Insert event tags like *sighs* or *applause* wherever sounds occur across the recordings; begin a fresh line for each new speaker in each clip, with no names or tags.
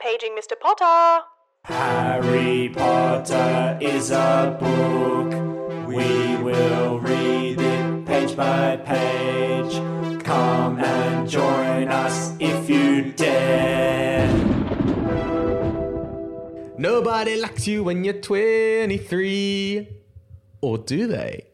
Paging Mr. Potter.
Harry Potter is a book. We will read it page by page. Come and join us if you dare.
Nobody likes you when you're 23. Or do they?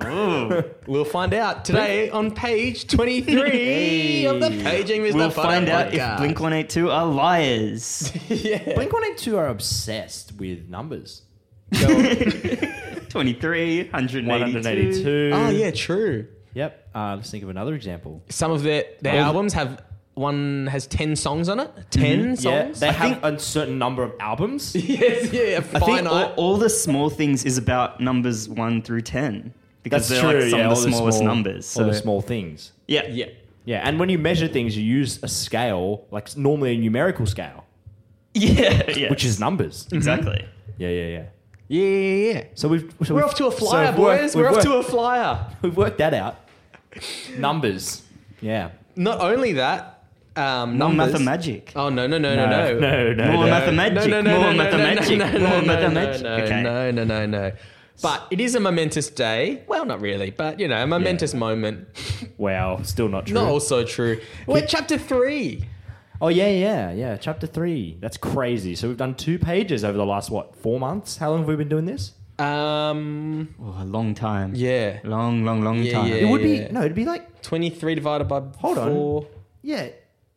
*laughs* we'll find out today on page 23 of the Paging Mr.
We'll
Potter
find out
podcast.
if
*laughs*
Blink 182 are liars.
Blink 182 are obsessed with numbers.
23, 182.
182.
Oh, yeah, true.
Yep. Uh, let's think of another example.
Some of their, their
Well-
albums have one has 10 songs on it. 10 songs?
They
I
have
think-
a certain number of
*laughs*
albums.
yes, *laughs* yeah, a
I think all,
finite.
all the small things is about numbers 1 through 10. Because they're like some
all
of the smallest
small-
numbers. So.
All the small things.
Yeah.
yeah.
Yeah, and when you measure things, you use a scale, like normally a numerical scale,
Yeah. yeah.
which is numbers.
Mm-hmm.
exactly.
Yeah, yeah, yeah.
Yeah, yeah, yeah.
So we've so
We're
we've-
off to a
so
flyer,
we've worked-
boys.
we've
We're off
worked-
to a flyer.
We've worked that out. numbers. Yeah.
Not only that, um,
More
numbers.
mathemagic.
Oh no no no no no
No, no, no,
More
no.
mathemagic.
No, no, no,
More
no, no,
mathematic.
no, no, no,
More
no, no,
mathematic.
No,
Okay.
no, no, no, no. But it is a momentous day. Well, not really, but you know, a momentous moment.
Wow, still not true.
Not also true. We're chapter three.
Oh yeah, yeah, yeah. Chapter three. That's crazy. So we've done two pages over the last what four months? How long have we been doing this?
Um,
Oh, a long time.
yeah,
Long, long, long
Yeah,
time.
yeah.
It would be
Yeah.
no. It'd be like
twenty-three divided by
Hold on.
four.
yeah.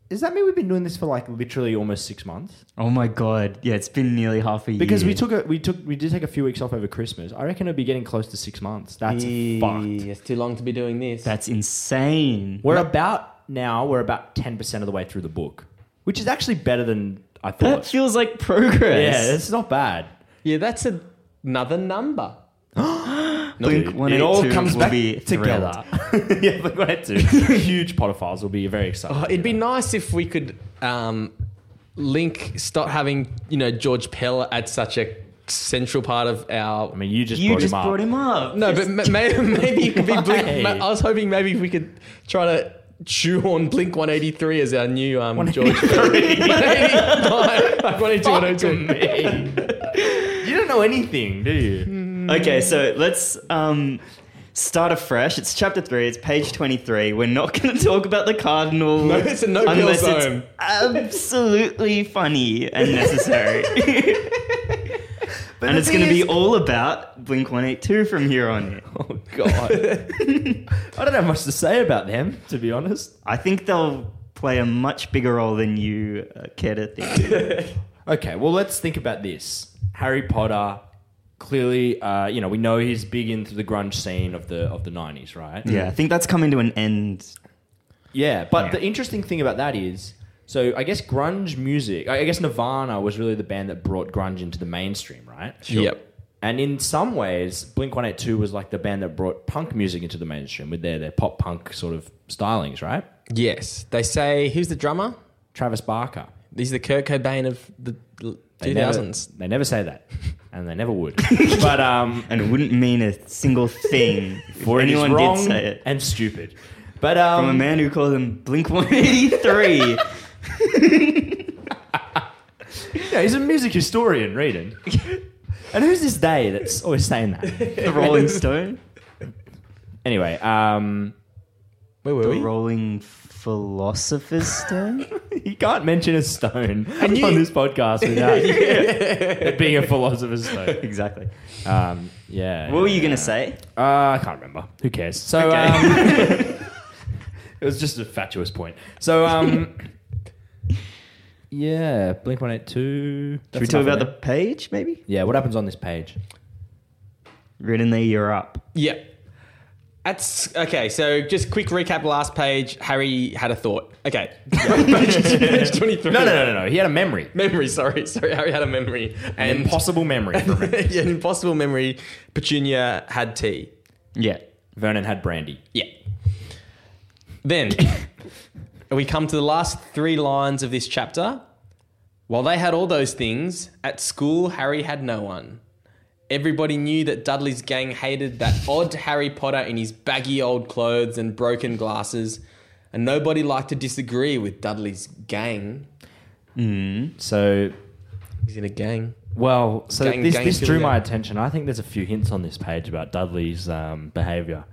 Does that mean we've been doing this for like literally almost six months?
Oh my god. Yeah, it's been nearly half a year.
Because we took a we took we did take a few weeks off over Christmas. I reckon it'll be getting close to six months. That's fucked.
It's too long to be doing this.
That's insane.
We're about now. We're about ten percent of the way through the book, which is actually better than I
That
thought.
feels like progress.
yeah, it's not bad.
yeah, that's a, another number.
Blink
Dude,
182
it all comes
will
back
be
together. *laughs* yeah, look what
*laughs*
I do. Huge potophiles will be very excited.
Oh, it'd be nice if we could um, link stop having you know George Pell at such a central part of our.
I mean, you just
You
brought
just
him up.
brought him up.
no, but ma-
*laughs*
may- maybe it could be Blink.
Why?
ma- I was hoping maybe we could try to chew on Blink 183 as our new um, *laughs* George
*laughs*
Pell. 185, 182, 182.
*laughs* You don't know anything, do
Hmm.
you?
Okay, so let's um, start afresh. It's chapter three. It's page twenty-three. We're not going to *laughs* talk about the cardinal.
No, it's a no-kill
unless
zone.
It's absolutely funny and
*laughs*
necessary. *laughs* and it's going to be all about Blink One Eight Two from here on
*laughs*
in.
Oh god. I don't have much to say about them, to be honest.
I think they'll play a much bigger role than you uh, care to think.
Okay, well let's think about this. Harry Potter clearly uh, you know, we know he's big into the grunge scene of the of the 90s, right?
yeah, I think that's coming to an end.
Yeah, but the interesting thing about that is so I guess grunge music, I I guess Nirvana was really the band that brought grunge into the mainstream, right?
Yep.
And in some ways, Blink 182 was like the band that brought punk music into the mainstream with their, their pop punk sort of stylings, right?
Yes, they say who's the drummer?
Travis Barker.
He's the Kurt Cobain of the l- 2000s.
Never, they never say that, and they never would. *laughs* but um,
And it wouldn't mean a single thing if
for
anyone
it is wrong
did say it.
and stupid. But
From a
um,
man who called him Blink
*laughs*
183.
yeah, he's a music historian, reading. *laughs* and who's this day that's always saying that?
The Rolling Stone?
Anyway, *laughs* um,
Where were
The
we?
Rolling Philosopher's Stone?
you can't mention a *laughs* stone
you-
on this podcast without *laughs* it being a philosopher's stone.
*laughs* exactly.
Um, yeah.
What were you going to say?
Uh, I can't remember. Who cares? So
Okay. *laughs*
*laughs* um, it was just a fatuous point. So *laughs* um, yeah, Blink One Eight Two.
Should we talk about the page, maybe?
yeah? What happens on this page?
Written there, you're up.
Yeah. That's okay. So, just quick recap. Last page. Harry had a thought. Okay. *laughs* Page 23.
*laughs* No, no, no, no, no. He had a memory,
Memory. Sorry, sorry. Harry had a memory
an
and
impossible memory. *laughs* For him.
*laughs* yeah, an impossible memory. Petunia had tea.
Yeah.
Vernon had brandy.
Yeah. Then we come to the last three lines of this chapter. While they had all those things, at school Harry had no one. Everybody knew that Dudley's gang hated that odd Harry Potter in his baggy old clothes and broken glasses, and nobody liked to disagree with Dudley's gang.
Mm-hmm. So,
He's in a gang.
well, so
Gang-
this,
gang
this drew
affiliate.
my attention. I think there's a few hints on this page about Dudley's um,
*laughs*
behavior.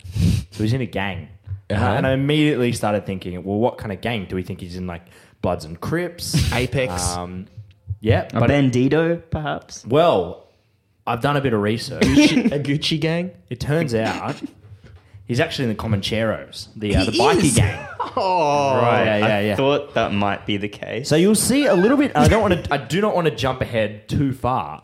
so he's in a gang, Uh,
Uh-huh.
and I immediately started thinking, well, what kind of gang do we think he's in? Like Bloods and Crips,
Apex.
Um, yeah,
A
but
bandito, perhaps.
well, I've done a bit of research.
a Gucci gang?
It turns out
*laughs*
he's actually in the Comancheros, the uh, the
He
bikie
is.
gang.
Oh.
Right, yeah, yeah,
I
yeah.
thought that might be the case.
So you'll see a little bit. I don't want to. I do not want to jump ahead too far,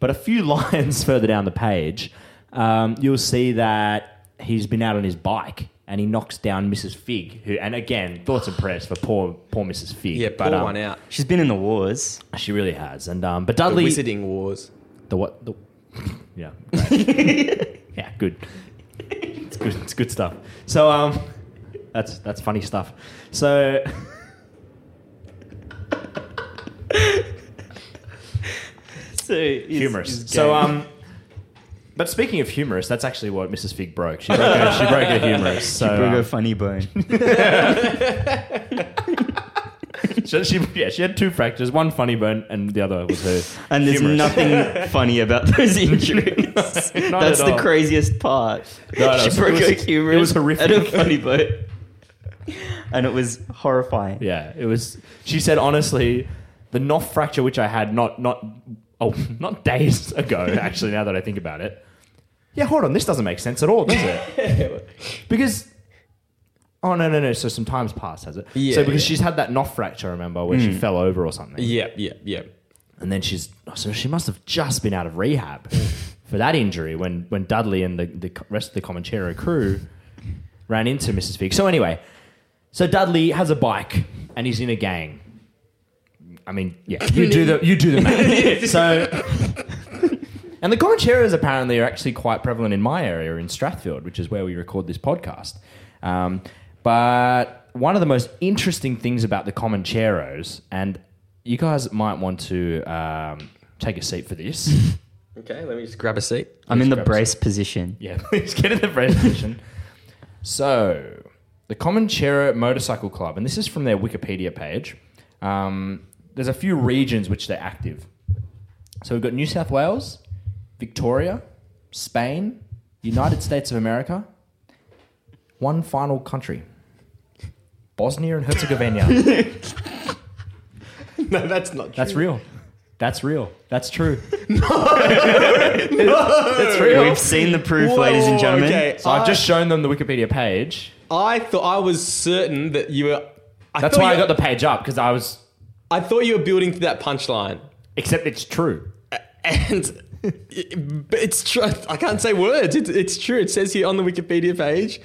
but a few *laughs* lines further down the page, um, you'll see that he's been out on his bike and he knocks down Mrs. Fig, who, and again, thoughts and prayers for poor, poor Mrs. Fig.
Yeah,
but
pour
um,
one out.
She's been in the *laughs* wars.
She really has, and um, but
The
Dudley,
Wizarding Wars.
the what? The *laughs* yeah, great.
*laughs*
yeah, good. It's good. It's good stuff. So um, that's that's funny stuff. So
So is-
humorous.
is
so
gay.
um, but speaking of humorous, that's actually what Mrs. Fig broke. She broke her, she broke her humorous. So
Bring
um,
a funny
*laughs*
bone.
she, she- yeah, she had two fractures. One funny bone, and the other was her.
And there's
humorous.
nothing funny
*laughs*
about those injuries.
Not
That's
at
the
all.
craziest part.
No, no,
she
it
broke
was-
her humerus.
it was horrific.
And a funny boat. And it was horrifying.
Yeah, it was. She said honestly, the Knopf fracture which I had not not oh not days ago. Actually, now that I think about it, yeah. Hold on, this doesn't make sense at all, does it?
*laughs*
because. Oh no no no! So some times past has it?
Yeah,
So because
yeah. Hmm.
she's had that Knopf fracture, remember, where she fell over or something.
Yeah, yeah, yeah.
And then she's oh, so she must have just been out of rehab for that injury when when Dudley and the, the rest of the Comanchero crew ran into Mrs. Fig. So anyway, so Dudley has a bike and he's in a gang. I mean, yeah, you do the you do the math. so and the Comancheros apparently are actually quite prevalent in my area in Strathfield, which is where we record this podcast. Um, but one of the most interesting things about the Comancheros, and you guys might want to um, take a seat for this.
Okay, let me just grab a seat.
I'm in the
Let's grab
brace position.
yeah, *laughs* please get in the presentation. so, the Comanchero Motorcycle Club, and this is from their Wikipedia page. Um, there's a few regions which they're active. So we've got New South Wales, Victoria, Spain, United States of America, one final country. Bosnia
*laughs*
and Herzegovina.
*laughs* No, that's not
That's real. That's real. That's true.
That's real.
We've seen the proof,
Whoa,
ladies and gentlemen.
okay.
So I've just shown them the Wikipedia page.
I thought I was certain that you were. I
That's
thought
why I
you-
got the page up because I was.
I thought you were building to that punchline,
Except it's true.
and *laughs* it- but it's true. I can't say words. It's, it's true. It says here on the Wikipedia page: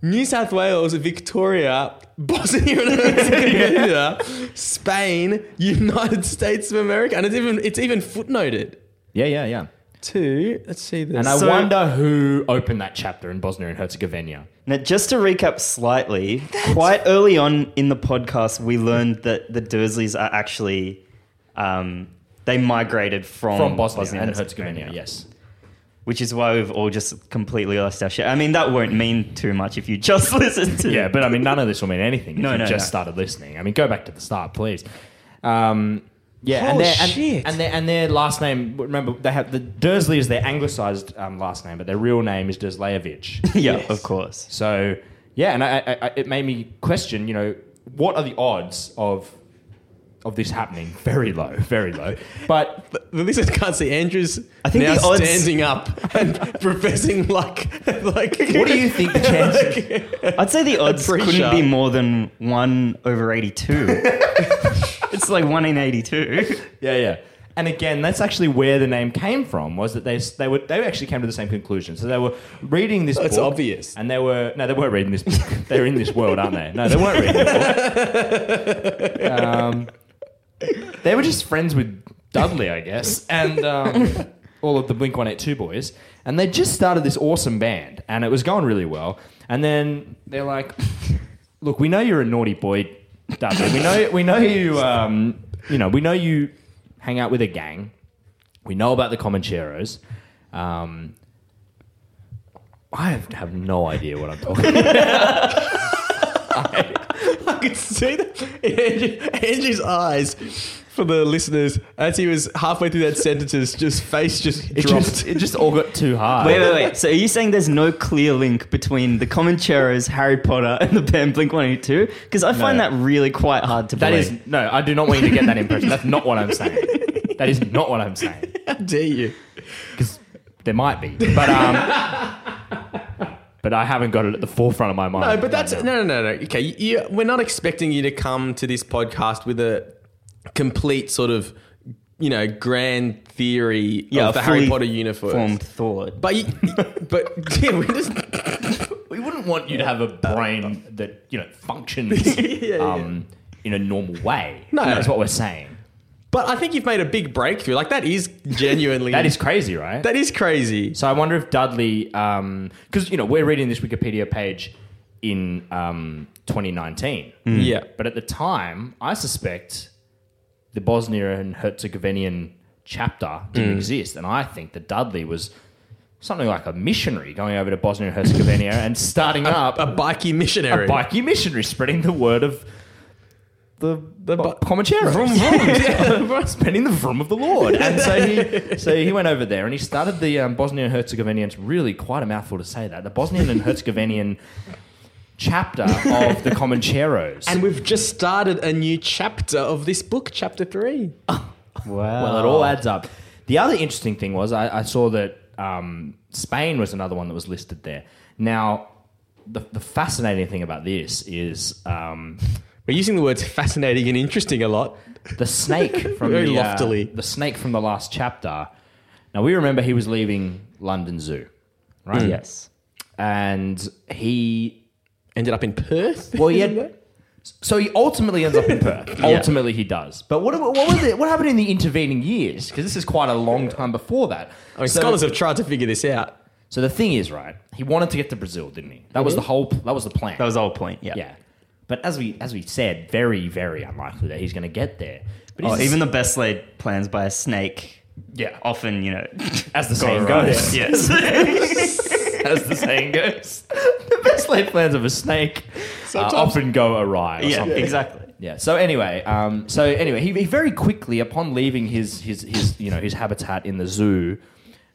New South Wales, Victoria, *laughs* Bosnia and Herzegovina, Spain, United States of America, and it's even it's even footnoted
Yeah, yeah, yeah.
too. Let's see this.
And I
So-
wonder who opened that chapter in Bosnia and Herzegovina.
Now, just to recap slightly, quite early on in the podcast, we learned that the Dursleys are actually um, they migrated from,
From Bosnia, and Herzegovina, yes.
which is why we've all just completely lost our shit. I mean, that won't mean too much if you just *laughs* listen to.
Yeah, but I mean, none of this will mean anything if
No,
you
no,
just
no.
started listening. I mean, go back to the start, please. Um, yeah,
Oh,
and, their, and-
shit.
And, their, and their last name, remember, they have the Dursley is their anglicized um, last name, but their real name is *laughs*
*laughs*
Dursleyevich.
yeah, of course.
so, yeah, and I, I, I, it made me question, you know, what are the odds of of this happening? Very low, very low. But
The listeners can't see Andrew's I
think
now
the odds-
standing up and *laughs* professing like *laughs* like.
what do you think the chances?
I'd say
*laughs*
the odds
pretty
couldn't
sure.
be more than one over
*laughs*
eighty-two. it's like one in eighty-two.
Yeah, yeah. And again, that's actually where the name came from. Was that they they were they actually came to the same conclusion. So they were reading this.
That's
book,
obvious.
And they were no, they weren't reading this book. *laughs* They're in this world, aren't they? No, they weren't reading. The book. Um, they were just friends with Dudley, I guess, and um, all of the Blink One Eight Two boys. And they just started this awesome band, and it was going really well. And then they're like, "Look, we know you're a naughty boy, Dudley. We know we know you. Um, you know we know you hang out with a gang. We know about the Comancheros. Um, I have, have no idea what I'm talking about.
side. I could see that in Andrew, Andrew's eyes for the listeners as he was halfway through that sentence. Just face just
It
dropped.
*laughs* just, it just all got too hard.
Wait, wait, wait. So are you saying there's no clear link between the Comancheros, Harry Potter, and the band Blink 182? Because I find
No.
that really quite hard to
That
believe.
is no. I do not want you to get that impression. That's not what I'm saying. That is not what I'm saying.
How dare you?
Because there might be, but um, but I haven't got it at the forefront of my mind.
No, but that's
right
no,
now.
no, no, no. Okay, you, you- we're not expecting you to come to this podcast with a complete sort of, you know, grand theory
yeah,
of the
a
Harry
fully
Potter universe.
Formed thought.
But, you, *laughs* but yeah, we just
we wouldn't want you to have a brain that you know functions
*laughs*
um, in a normal way.
No.
that's what we're saying.
But I think you've made a big breakthrough. Like that is *laughs* genuinely
That is crazy, right?
that is crazy.
So I wonder if Dudley, because you know we're reading this Wikipedia page in um, 2019,
Yeah.
but at the time I suspect the Bosnia and Herzegovinian chapter didn't
Hmm.
exist, and I think that Dudley was something like a missionary going over to Bosnia and Herzegovina and starting up
Uh, A
a,
bikie missionary.
bikie missionary, spreading the word of the the
bi-
Comancheros. *laughs* spending the room of the Lord. And so he, so he went over there and he started the um, Bosnian and Herzegovinian. It's really quite a mouthful to say that the Bosnian and Herzegovinian chapter of the Comancheros.
And we've just started a new chapter of this book, chapter three.
wow.
well, it all adds up. The other interesting thing was I, I saw that um, Spain was another one that was listed there. Now, the, the fascinating thing about this is um,
We're using the words fascinating and interesting a lot.
the snake from
Very
the, uh,
loftily.
the snake from the last chapter. Now we remember he was leaving London Zoo, right?
Hmm. Mm.
Yes.
and he
Ended up in Perth.
well
*laughs*
he had, so he ultimately ends up in Perth. Ultimately, he does. But what what was it? What happened in the intervening years? Because this is quite a long time before that.
I mean,
so,
scholars have tried to figure this out.
so the thing is, right? He wanted to get to Brazil, didn't he? That was the whole. That was the plan.
That was the whole point, yeah.
yeah. But as we as we said, very very unlikely that he's going to get there. But
Oh,
he's-
even the best laid plans by a snake
yeah,
often, you know,
as the
go
saying
awry.
goes.
Yes.
*laughs* as the saying goes. the best laid plans of a snake uh, often go awry. Or
*laughs* yeah,
something.
exactly.
Yeah. So anyway, um, so anyway, he, he very quickly upon leaving his his his you know his habitat in the zoo.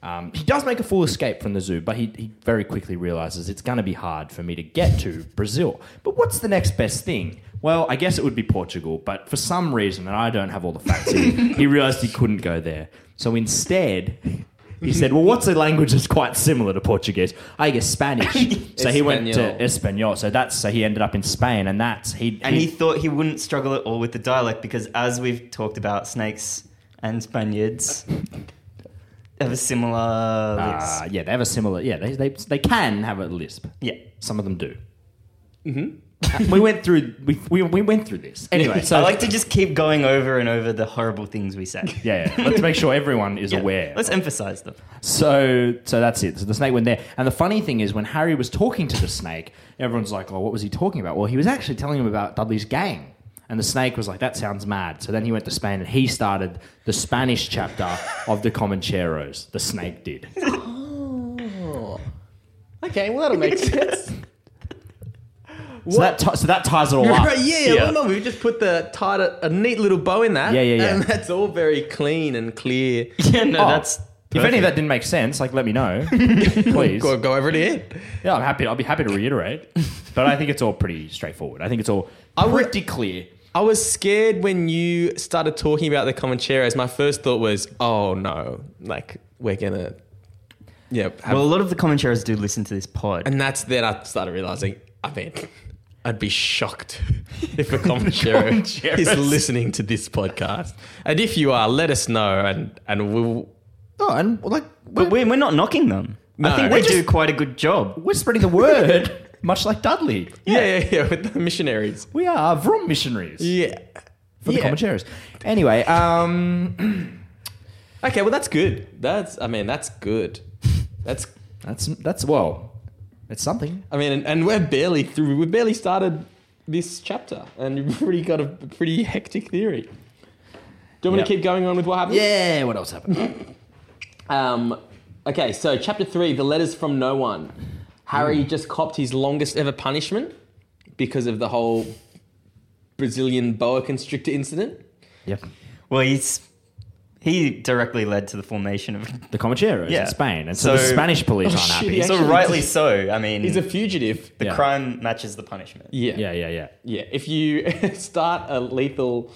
Um, he does make a full escape from the zoo, but he, he very quickly realizes it's going to be hard for me to get to Brazil. But what's the next best thing? Well, I guess it would be Portugal, but for some reason, and I don't have all the
*laughs*
facts, he, he realized he couldn't go there. So instead, he said, Well, what's a language that's quite similar to Portuguese? I guess Spanish.
*laughs*
so he went to Espanol. So that's so he ended up in Spain, and that's he.
And he thought he wouldn't struggle at all with the dialect because, as we've talked about, snakes and Spaniards have a similar
Uh,
lisp.
yeah, they have a similar. Yeah, they, they, they can have a lisp.
Yeah.
Some of them do. Mm-hmm. we went through. We, we, we went through this anyway.
*laughs*
So
I like to just keep going over and over the horrible things we say.
Yeah, yeah. let's make sure everyone is
*laughs* Yeah.
aware.
Let's emphasize them.
So, so that's it. So the snake went there. And the funny thing is, when Harry was talking to the snake, everyone's like, "Oh, what was he talking about?" Well, he was actually telling him about Dudley's gang. And the snake was like, "That sounds mad." So then he went to Spain and he started the Spanish chapter of the Comancheros. The snake did.
Okay, well that'll *laughs* make sense.
So that, ti- so that ties it all up.
Right, yeah, yeah, Well, no, we just put the tied a, a neat little bow in that.
Yeah, yeah, yeah.
And that's all very clean and *laughs* clear.
Yeah, no,
Oh,
that's.
If any of
perfect.
that didn't make sense, like let me know, please.
Go, go over to it.
Yeah, I'm happy. I'll be happy to reiterate, but I think it's all pretty straightforward. I think it's all
would-
pretty clear.
I was scared when you started talking about the Comancheros. My first thought was, oh no, like we're gonna, yeah. have-
Well, a lot of the commentators do listen to this pod.
Um, and that's then I started realizing. I mean, I'd be shocked *laughs* if a Comanchero is listening to this podcast. And if you are, let us know, and and we'll.
Oh, and like
but we're, we're not knocking them.
No.
I think
We're
they
just-
do quite a good job.
we're spreading the word, *laughs* much like Dudley.
Yeah, yeah, yeah, with the missionaries.
We are vroom missionaries
Yeah.
for the
yeah.
common shares. Anyway, um, *clears throat*
Okay, well that's good. That's I mean that's good. That's
that's that's well, it's something.
I mean and, and we're barely through. We barely started this chapter, and you've already got a pretty hectic theory. Do you want me to
Yep.
keep going on with what happened?
Yeah. What else happened?
Um, okay, so chapter three, the letters from no one. Harry just copped his longest ever punishment because of the whole Brazilian boa constrictor incident.
Yep.
Well, he's he directly led to the formation of. *laughs*
The Comancheros
Yeah.
in Spain. And so, the
So-
Spanish police
Oh,
aren't
shit,
happy.
yeah.
So
Actually,
rightly so. I mean,
He's a fugitive.
the
Yeah.
crime matches the punishment.
Yeah.
Yeah, yeah, yeah.
Yeah, if you *laughs* start a lethal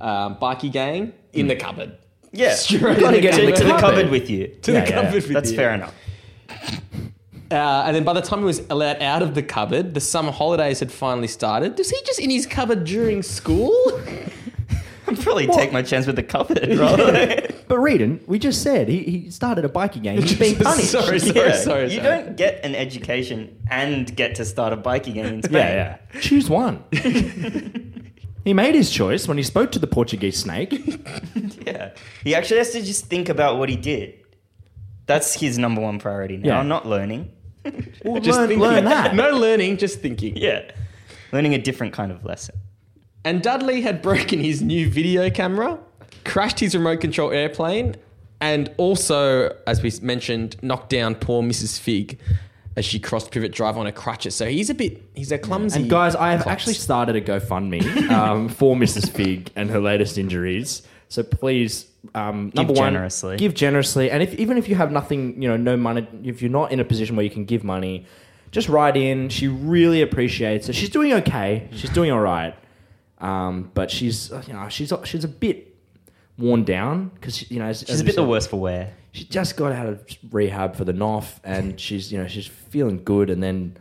um, bikie gang in the cupboard,
Yeah,
Straight
*laughs*
Gotta
to,
get in the
to
cupboard.
cupboard with you.
to
Yeah,
the
yeah.
cupboard. With
That's
you.
fair enough. *laughs*
Uh, and then by the time he was allowed out of the cupboard, the summer holidays had finally started. Was he just in his cupboard during school? *laughs*
I'd probably take my chance with the cupboard. Rather.
But Reedon, we just said he, he started a biking game. He's being
*laughs*
punished.
sorry, sorry, sorry,
Yeah.
sorry.
You don't get an education and get to start a biking
*laughs*
game in Spain.
Yeah, yeah.
*laughs*
Choose one. he made his choice when he spoke to the Portuguese
*laughs*
snake.
Yeah. He actually has to just think about what he did. That's his number one priority now.
Yeah.
Not *laughs* learning.
Well,
Just
learn,
thinking.
learn that.
*laughs*
no learning, just thinking.
Yeah. Learning a different kind of lesson.
And Dudley had broken his new video camera, crashed his remote control airplane, and also, as we mentioned, knocked down poor Mrs. Fig as she crossed Pivot Drive on her crutches. So he's a bit, he's a clumsy.
And guys, I have
klutz.
actually started
*laughs*
a GoFundMe um, for Mrs. Fig and her latest injuries. So please, um, number one,
generously.
give generously, and if even if you have nothing, you know, no money, if you're not in a position where you can give money, just write in. She really appreciates it. She's doing okay. She's doing all right, um, but she's you know she's she's a bit worn down because you know as-
She's
as
a
we
bit the
said-
worse for wear.
she just got out of rehab for the NOF and she's you know she's feeling good and then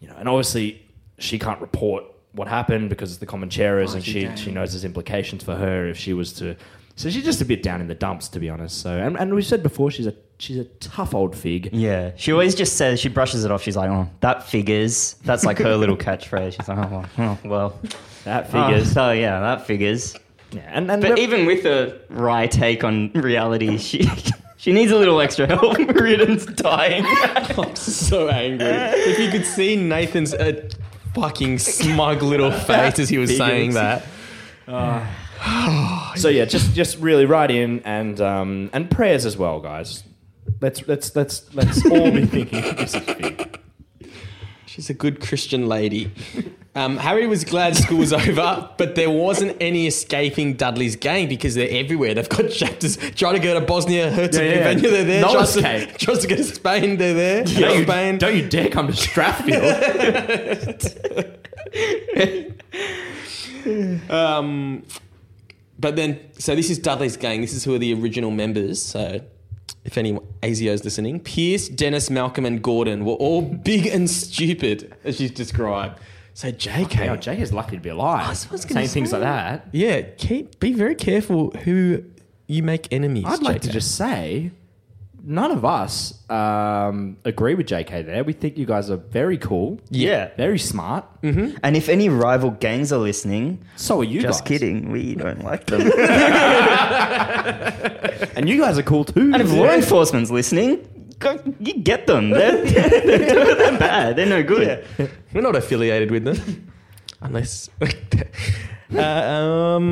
you know and obviously she can't report what happened because it's the Comancheros
Oh,
and she she knows there's implications for her if she was to so she's just a bit down in the dumps to be honest so and, and we said before she's a she's a tough old fig
Yeah. She always just says, she brushes it off. She's like, oh, that figures. That's like her *laughs* little catchphrase. She's like, oh, well. Oh, well.
that
Figures. *laughs*
figures
oh, yeah, that figures.
yeah and, and
But
re-
even with a wry take on *laughs* reality, she she needs a little extra help. *laughs* Meridian's dying.
*laughs* I'm so angry. if you could see Nathan's uh, fucking smug
*laughs*
little face as he was saying that.
so yeah just just really write in and um and prayers as well guys let's let's let's let's all be thinking of Mrs. Fig.
She's a good Christian lady. Um, Harry was glad school was *laughs* over, but there wasn't any escaping Dudley's gang because they're everywhere. They've got chapters trying to go to Bosnia Herzegovina,
Yeah, yeah.
they're there.
No
tries, to,
escape.
tries to go to Spain, they're there.
Don't you-
Spain.
don't you dare come to Strathfield
Um, but then, so this is Dudley's gang. This is who are the original members. So, if any ASIO's listening, Pierce, Dennis, Malcolm, and Gordon were all *laughs* big and stupid, as she's described. So, JK,
Yeah, Jake is lucky to be alive.
was- I was gonna
Saying things
say.
like that.
yeah, keep be very careful who you make enemies.
I'd like to
JK.
just say, none of us um, agree with JK there. We think you guys are very cool,
*laughs* yeah.
very smart.
And if any rival gangs are listening,
So are you
just
guys.
kidding, we don't like them.
And you guys are cool too.
*laughs* and if law enforcement's listening, go, you get them. They're, they're, they're bad. They're no good.
We're not affiliated with them, *laughs* unless. Uh, um,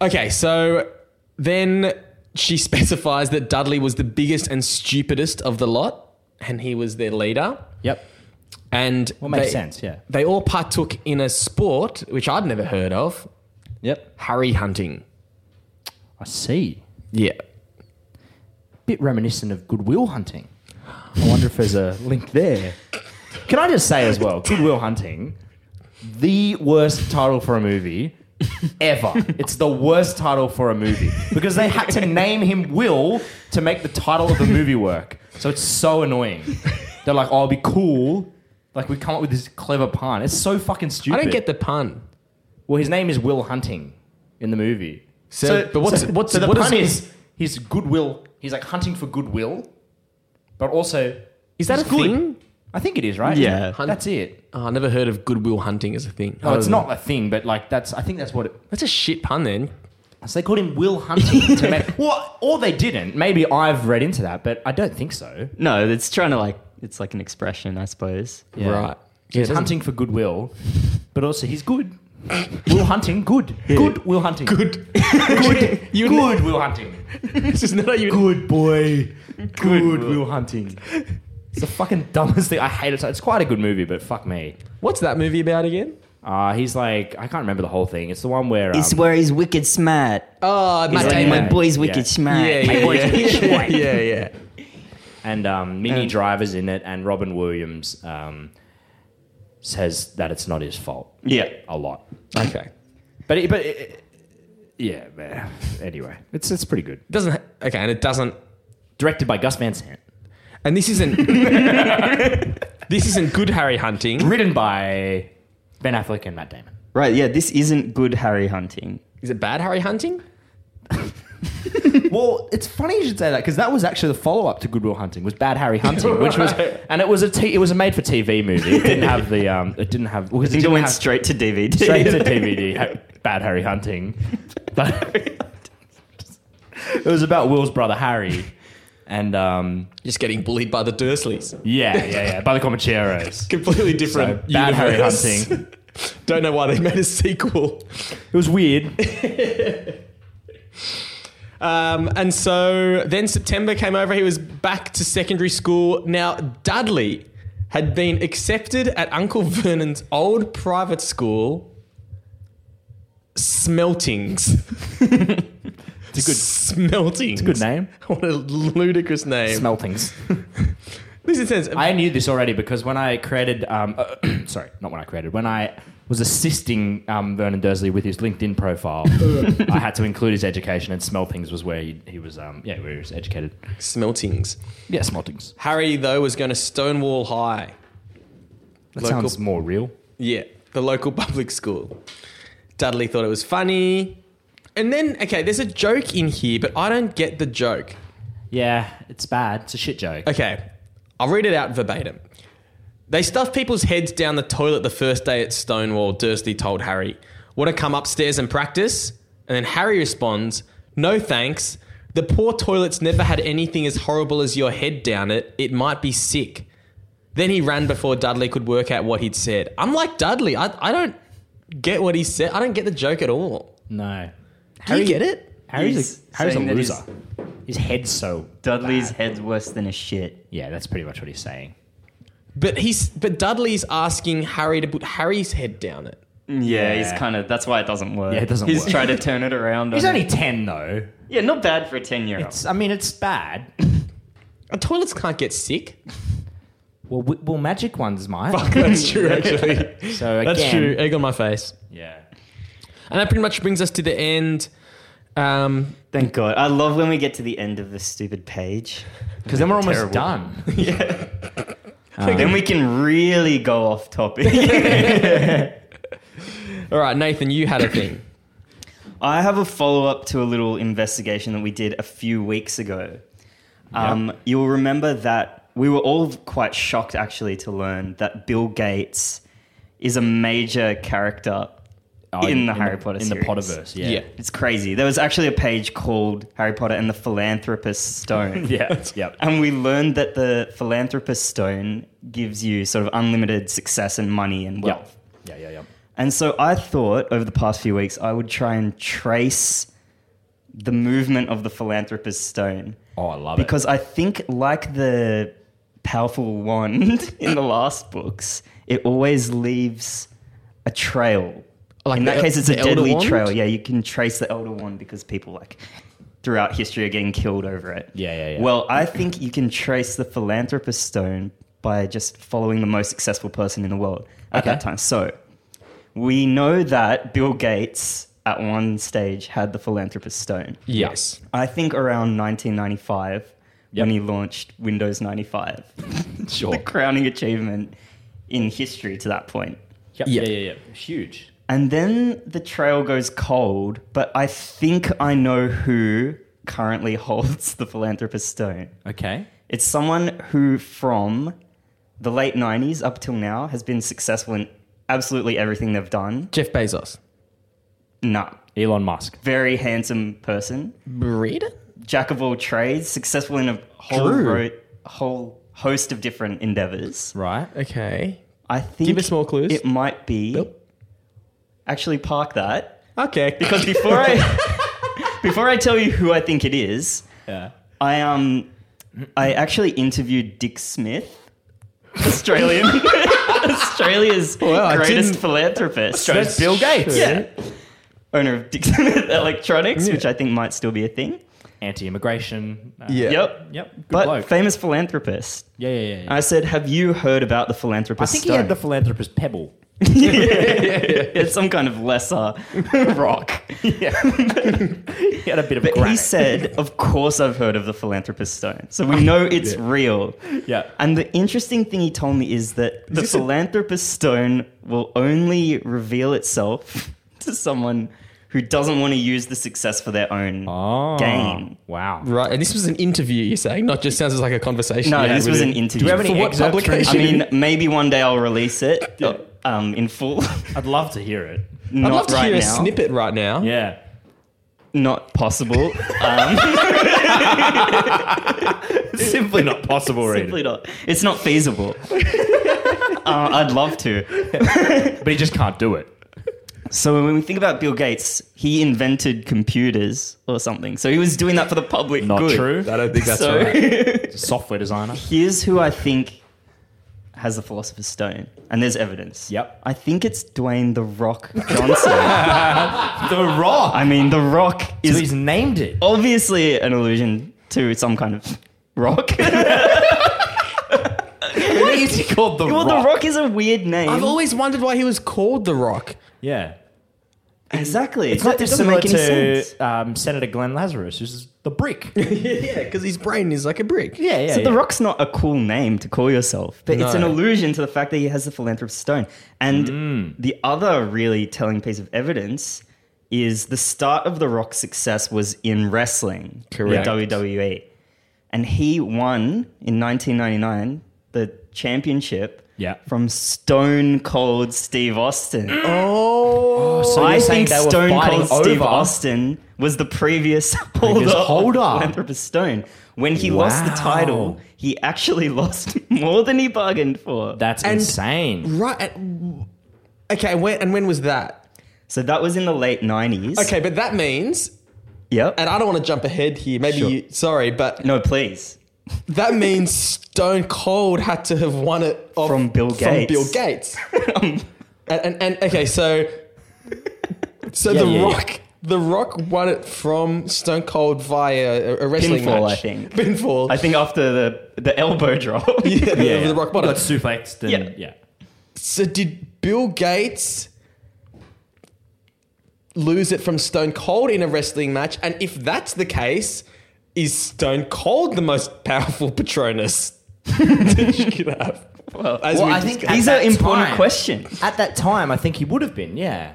okay, so then she *laughs* specifies that Dudley was the biggest and stupidest of the lot, and he was their leader.
Yep.
And
Well, makes
they-
sense, yeah.
they all partook in a sport which I'd never heard of:
Yep.
harry hunting.
I see.
Yeah,
Bit reminiscent of Goodwill Hunting. I wonder if there's a link there. Can I just say as well, Goodwill Hunting, the worst title for a movie ever. it's the worst title for a movie because they had to name him Will to make the title of the movie work. So it's so annoying. They're like, "Oh, it'll be cool." Like we come up with this clever pun. It's so fucking
I
stupid.
don't get the pun.
Well, his name is Will Hunting in the movie.
So, but what's what's
so the
what
pun is, his goodwill. He's like hunting for goodwill, but also
is that a
he's good.
thing?
I think it is right.
Yeah.
Isn't it? that's it.
Oh, I never heard of goodwill hunting as a thing.
No, it's not a thing, but like that's. I think that's what it.
That's a shit pun then.
So they called him Will Hunting. to make, well, or they didn't. Maybe I've read into that, but I don't think so.
No, it's trying to like, it's like an expression, I suppose.
Right.
He's hunting for *laughs* goodwill, but also he's good. Will Hunting, good, good Will Hunting, *laughs*
Good.
good,
You-
*laughs* good Will Hunting.
It's just not even.
Good boy. Good, Will Hunting. *laughs* It's the fucking dumbest thing. I hate it. so- It's quite a good movie, but fuck me.
What's that movie about again?
Uh, he's like, I can't remember the whole thing. It's the one where. Um,
It's where he's wicked smart.
Oh,
Matt
Like,
Damon.
my boy's
Yeah.
wicked smart.
Yeah, yeah, yeah, *laughs* yeah, yeah, yeah.
and um, Mini Driver's in it, and Robin Williams um, says that it's not his fault
Yeah.
a lot.
Okay.
But, it, but it, yeah, man. Anyway, it's, it's pretty good.
It doesn't. ha- Okay, and it doesn't.
Directed by Gus Van Sant.
And this
*laughs*
isn't. this isn't good Harry hunting.
Written by Ben Affleck and Matt Damon.
Right, yeah, this isn't good Harry hunting.
Is it bad Harry hunting?
Well, it's funny you should say that because that was actually the follow up to Goodwill Hunting was Bad Harry *laughs* Hunting, which was and it was a t- it was a made for TV movie. It didn't have the um, it didn't have because
I
it
think it
didn't
went
have-
straight to DVD. *laughs*
straight to DVD. Ha- Bad Harry Hunting, but it was about Will's brother Harry, and um,
Just getting bullied by the Dursleys.
yeah, yeah, yeah, by the Comancheros.
Completely
So,
different.
Bad Harry
universe.
Hunting.
*laughs* Don't know why they made a sequel.
It was weird.
Um, and so then September came over. He was back to secondary school. Now, Dudley had been accepted at Uncle Vernon's old private school, Smeltings.
It's a good
Smeltings. It's a
good name.
What a ludicrous name.
smeltings.
this is sense.
I knew this already because when I created, um, *clears throat* sorry, not when I created, when I was assisting um, Vernon Dursley with his LinkedIn *laughs* profile, I had to include his education and smell things was where he, he was, um, yeah, where he was educated.
Smeltings.
Yeah, smell things.
Harry, though, was going to Stonewall High.
That
Local-
sounds more real.
Yeah, the local *laughs* public school. Dudley thought it was funny. And then, okay, there's a joke in here, but I don't get the joke.
Yeah, it's bad. It's a shit joke.
Okay, I'll read it out verbatim. They stuffed people's heads down the toilet the first day at Stonewall, Dursley told Harry. Want to come upstairs and practice? And then Harry responds, No thanks. The poor toilet's never had anything as horrible as your head down it. It might be sick. Then he ran before Dudley could work out what he'd said. I'm like Dudley. I, I don't get what he said. I don't get the joke at all.
No,
Do you get it?
Harry's
He's
a, Harry's a
saying that
loser. His head's so
Dudley's
bad.
head's worse than a shit.
Yeah, that's pretty much what he's saying.
But he's but Dudley's asking Harry to put Harry's head down it.
Yeah,
Yeah.
he's kind of. That's why it doesn't work.
Yeah, it doesn't
he's
work.
trying to turn it around.
He's
on
only
it.
ten though.
yeah, not bad for a ten-year-old.
It's, I mean, it's bad.
And toilets can't get sick.
Well, w- well, magic ones might. *laughs*
That's true, actually.
So
*laughs*
again,
That's true. Egg on my face.
Yeah.
And that pretty much brings us to the end. Um,
Thank God. I love when we get to the end of this stupid page.
Because then we're almost
Terrible.
*laughs* done.
*laughs* then we can really go off topic. *laughs*
all right, Nathan, you had a thing.
I have a follow-up to a little investigation that we did a few weeks ago. Um, You'll remember that we were all quite shocked, actually, to learn that Bill Gates is a major character in the Harry Potter
in
series.
the Potterverse. Yeah,
yeah.
It's crazy. There was actually a page called Harry Potter and the Philanthropist Stone.
*laughs* *laughs* yeah, yep.
And we learned that the Philanthropist Stone gives you sort of unlimited success and money and
Yep.
wealth.
Yeah, yeah, yeah.
And so I thought over the past few weeks, I would try and trace the movement of the Philanthropist Stone
Oh, I love
because I think, like the powerful wand *laughs* in the last books, it always leaves a trail.
Like
in
the
that
el-
case, it's a
the Elder
deadly
Wand?
trail. Yeah, you can trace the elder wand because people like throughout history are getting killed over it.
Yeah, yeah, yeah.
Well, I think you can trace the philanthropist stone by just following the most successful person in the world at
Okay.
that time. So we know that Bill Gates at one stage had the philanthropist stone.
Yes.
I think around 1995
Yep.
when he launched Windows 95.
it. *laughs* Sure.
the *laughs* crowning achievement in history to that point.
Yep. Yeah, yeah, yeah. Huge.
And then the trail goes cold, but I think I know who currently *laughs* holds the philanthropist stone.
Okay.
It's someone who from the late 90s up till now has been successful in absolutely everything they've done.
Jeff Bezos.
Nah.
Elon Musk.
Very handsome person.
Read
jack of all trades, successful in a whole
True.
ro- whole host of different endeavors.
Right.
Okay.
I think
Give us more clues.
It might be
Bill?
actually park that
Okay.
*laughs* because before I before I *laughs* tell you who I think it is,
Yeah.
I um I actually interviewed Dick Smith, Australian. *laughs* Australia's
I
greatest
didn't-
philanthropist.
That's Bill Gates.
yeah. Owner of Dixon *laughs* Electronics, which I think might still be a thing.
Anti-immigration. uh,
Yeah.
Yep.
Yep. Good
But
bloke.
famous philanthropist.
yeah, yeah, yeah. yeah.
I said, Have you heard about the
I
philanthropist?
think he had the
stone?"
philanthropist pebble.
*laughs* it's some kind of lesser rock.
*laughs* He had a bit of
But he
granite.
said, Of course, I've heard of the philanthropist stone. So we
*laughs*
know it's real.
Yeah.
And the interesting thing he told me is that the philanthropist stone will only reveal itself *laughs* to someone who doesn't want to use the success for their own
Oh,
gain.
Wow.
Right, and this was an interview. You're saying, not just sounds like a conversation.
No,
you had
this was
with
an
him.
interview.
Do we have any
For what
excerpts from-
publication?
I mean, maybe one day I'll release it um, in full. *laughs*
I'd love to hear it.
Not
I'd love to
right
hear a
now.
snippet right now.
*laughs*
Yeah.
Not
*laughs*
possible. Um, *laughs*
Simply not possible,
*laughs* simply not. It's not
*laughs*
feasible. Uh, I'd love to.
But he just can't do it.
So when we think about Bill Gates, he invented computers or something. So he was doing that for the public
Not
good. *laughs*
true.
I don't think that's
So
right.
*laughs*
He's a software *laughs* designer.
here's who I think has the Philosopher's Stone, and there's evidence.
Yep.
I think it's Dwayne the Rock
*laughs*
Johnson.
The Rock. Oh,
I mean, the Rock
So
is
he's named it.
obviously an allusion to some kind of rock. *laughs*
Why is he *laughs* called the
well, the Rock is a weird name.
*laughs* I've always wondered why he was called The Rock.
Yeah.
exactly.
It's not
That doesn't
dissimilar
make any
to
sense.
um, Senator Glenn Lazarus, who's the brick. *laughs* yeah,
Yeah, because his brain is like a brick.
yeah.
So the Rock's not a cool name to call yourself, but it's an
No.
allusion to the fact that he has the philanthropist stone. And
Mm.
the other really telling piece of evidence is the start of the Rock's success was in wrestling, with
Correct.
WWE, and he won in 1999 the championship
Yeah.
from Stone Cold Steve Austin.
Oh, so
I
you're saying
think
they were
Stone
fighting
Cold Steve
over-
Austin was the previous *laughs* holder, of
holder.
philanthropist Stone. When he lost the
Wow.
title, he actually *laughs* lost more than he bargained for.
That's
And-
insane.
Right. and- okay, and when, and when was that?
so that was in the late nineties.
Okay, but that means,
Yep.
and I don't want to jump ahead here. Maybe
Sure.
you, sorry, but
no, please.
that means Stone Cold had to have won it off,
From Bill
From
Gates. Um,
Bill
*laughs*
Gates. and, and, and okay, so so the
yeah, yeah.
Rock, the Rock won it from Stone Cold via a, a wrestling
Pinfall,
match.
I think.
Pinfall.
I think after the the elbow *laughs* drop.
*laughs* yeah, the,
yeah.
the Rock
Got
bottom.
suplexed and yeah.
Yeah.
So did Bill Gates lose it from Stone Cold in a wrestling match? And if that's the case, is Stone Cold the most powerful *laughs* Patronus that you could have? Well,
well, I think at
These are
that
important
time-
questions.
At that time, I think he would have been, yeah.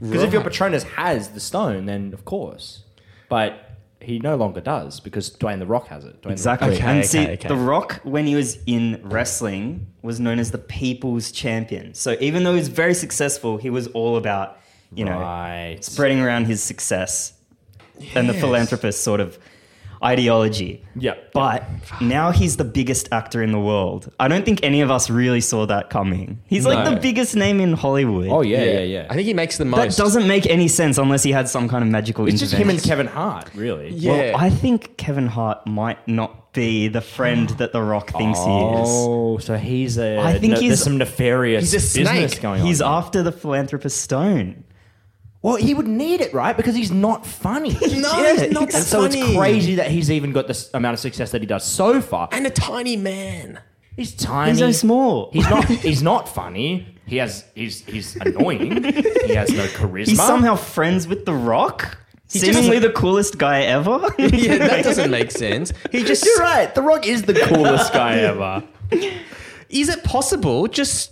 Because if your Patronus has the stone, then of course. But he no longer does because Dwayne the Rock has it. Dwayne
Exactly.
Okay,
and
okay,
see,
okay.
The Rock, when he was in wrestling, was known as the people's champion. So even though he was very successful, he was all about, you
the
know,
Rock. Right.
spreading around his success and the philanthropist sort of ideology.
Yeah.
But now he's the biggest actor in the world. I don't think any of us really saw that coming. He's like
No.
the biggest name in Hollywood.
Oh, yeah, yeah, yeah.
I think he makes the
That
most.
doesn't make any sense unless he had some kind of magical
it's just
intervention.
him and Kevin Hart, really.
Yeah.
Well, I think Kevin Hart might not be the friend that The Rock thinks he is.
Oh, so he's a. I think he's, there's some nefarious
he's a snake.
business going on.
He's after the philanthropist stone.
Well, he would need it, right? Because he's not funny.
no,
Yeah,
it's not
it's-
that
and so it's
funny.
crazy that he's even got the s- amount of success that he does so far.
And a tiny man.
He's tiny.
He's so small.
He's not. He's not funny. He has. He's. He's annoying. he has no charisma.
He's somehow friends with The Rock.
just-
Seemingly the coolest guy ever.
*laughs*
Yeah, that doesn't make *laughs* sense. He just.
You're right. The Rock is the coolest *laughs* guy ever.
Is it possible, just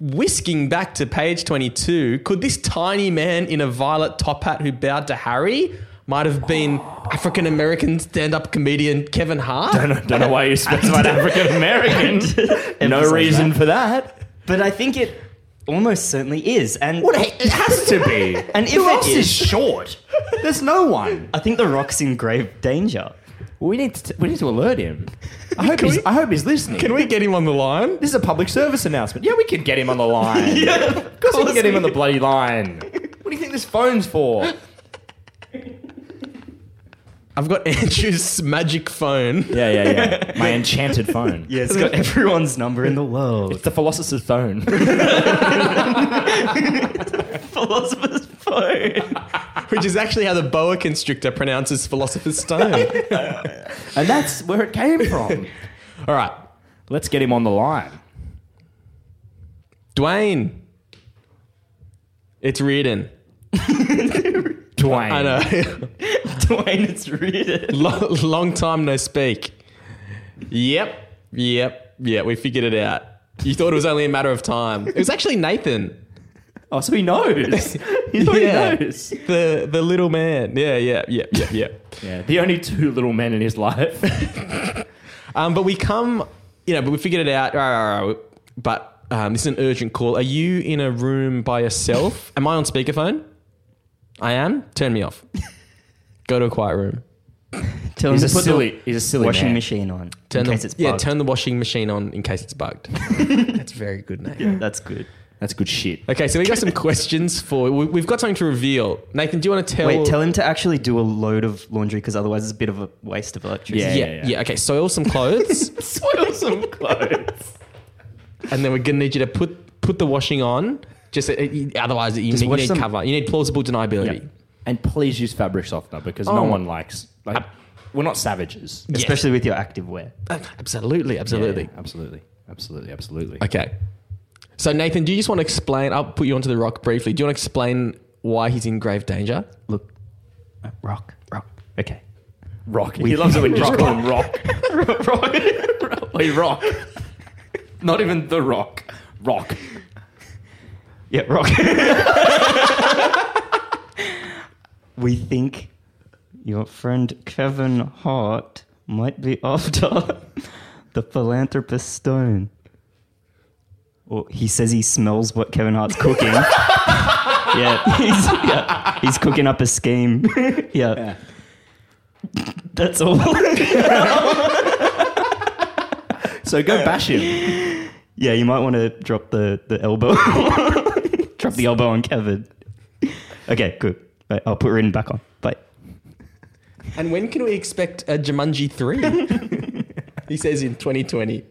whisking back to page 22, could this tiny man in a violet top hat who bowed to Harry might have been African American stand up comedian Kevin Hart?
I don't know why you specified African *laughs* American. no
Emphasize
reason for that.
But I think it almost certainly is. And
What it has to be.
And if
Who
it
else
is-
is short? There's no one.
I think The Rock's in grave danger.
We need to we need to alert him. I hope he's,
we-
I hope he's listening.
*laughs* Can we get him on the line?
This is a public service announcement. Yeah, we can get him on the line. *laughs* yeah, of course we can get him on the bloody line. What do you think this phone's for?
I've got *laughs* Andrew's magic phone.
Yeah, yeah, yeah. *laughs* My enchanted phone.
Yeah, it's *laughs* got everyone's number in the world.
It's the philosopher's phone.
*laughs* Philosopher's phone.
Which is actually how the boa constrictor pronounces philosopher's stone.
*laughs* and that's where it came from.
All right,
Let's get him on the line.
Dwayne. It's Reardon.
Dwayne.
I know.
*laughs* Dwayne, it's reading.
Long, long time no speak. Yep, yep, yeah. We figured it out. You thought it was only a matter of time. It was actually Nathan.
Oh, so he *laughs* knows. he already knows.
The the little man. Yeah, yeah, yeah, yeah, yeah.
Yeah, the only two little men in his life.
Um, but we come, you know, but we figured it out. All right, all right, all right. But um, this is an urgent call. Are you in a room by
*laughs*
yourself? am I on speakerphone? I am. Turn me off. Go to a quiet room.
Tell him
he's
to
a
put
silly.
the
He's a silly
washing
man.
machine on
Turn
in
the,
case it's
yeah,
bugged.
turn the washing machine on in case it's
*laughs*
bugged. That's very good name.
That's good.
*laughs* That's good shit.
Okay, so we got
*laughs*
some questions for. we- We've got something to reveal. Nathan, do you want to tell?
Wait, tell him to actually do a load of laundry because otherwise it's a bit of a waste of
Yeah,
electricity.
yeah,
Yeah, yeah.
Okay, soil some
*laughs*
clothes,
Soil some clothes.
and then we're gonna need you to put put the washing on. Just uh, you- otherwise, you
Just
need, you
wash
need
them.
cover. You need plausible deniability.
And please use fabric softener because no
Oh.
one likes. Like, we're not savages.
Yeah.
Especially with your active wear.
Uh, Absolutely, absolutely.
Yeah, absolutely. Absolutely. Absolutely.
Okay. So Nathan, do you just want to explain? I'll put you onto the rock briefly. Do you want to explain why he's in grave danger?
Look. Uh, Rock, rock. Okay.
Rock. He loves it when you just call him Rock. rock. *laughs* Hey, *laughs* Rock. Not even the Rock. Rock.
Yeah, rock. *laughs* we think your friend Kevin Hart might be after *laughs* the philanthropist stone. Or he says he smells what Kevin Hart's *laughs* cooking. yeah, he's, yeah, he's cooking up a scheme. *laughs* yeah. That's all. *laughs*
So go bash him.
yeah, you might want to drop the, the elbow. *laughs* drop the elbow on Kevin. Okay, good. Right, I'll put Rin back on. Bye.
And when can we expect a Jumanji
*laughs*
three? he says in 2020.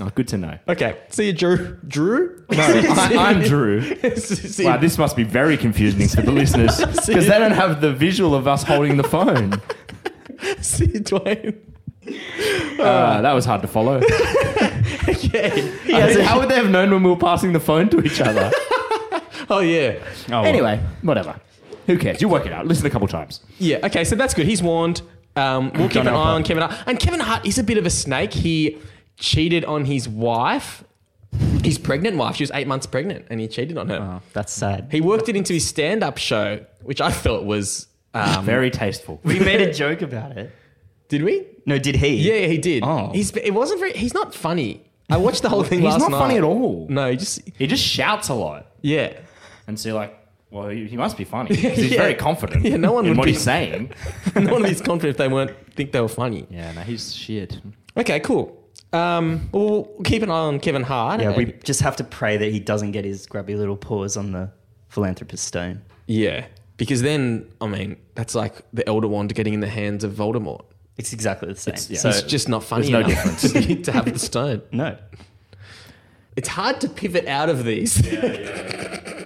Oh, good to know.
Okay. See you, Drew. Drew.
*laughs*
*laughs*
No, *laughs* I, I'm Drew.
See you,
Wow, this must be very confusing for the *laughs* listeners because they don't have the visual of us holding the phone.
*laughs* see you, Dwayne.
Uh, that was hard to *laughs* follow.
Okay.
I mean, how would they have known when we were passing the phone to
*laughs*
each other?
Oh yeah.
Oh,
anyway, whatever. Who cares? You work it out. Listen a couple times.
Yeah. Okay. So that's good. He's warned. Um, we'll keep an
Don't
eye
help
on Kevin Hart. And Kevin Hart is a bit of a snake. He cheated on his wife, his pregnant wife. She was eight months pregnant, and he cheated on her.
Oh, that's sad.
He worked it into his stand-up show, which I felt was. Um,
Very tasteful.
*laughs* We made a joke about it.
*laughs* did we?
No, did he?
Yeah, he did.
Oh.
He's. It wasn't very. He's not funny. I watched the
*laughs*
whole thing
*laughs* He's
last
not
night.
funny at all.
No, he just
He just shouts a lot.
*laughs*
yeah.
And so you're like, well, he, he must be
*laughs*
funny. 'cause He's
Yeah.
very confident
Yeah, no one
in
would
what
be- *laughs*
he's saying.
no one of these confident if they weren't think they were funny.
Yeah, no, he's shit.
Okay, cool. Um, well, we'll keep an eye on Kevin Hart.
Yeah,
and-
we just have to pray that he doesn't get his grubby little paws on the philanthropist stone.
Yeah, because then I mean that's like the Elder Wand getting in the hands of Voldemort.
It's exactly the same.
yeah.
So,
it's just not funny
there's no
enough to, to have the stone.
no.
It's hard to pivot out of these.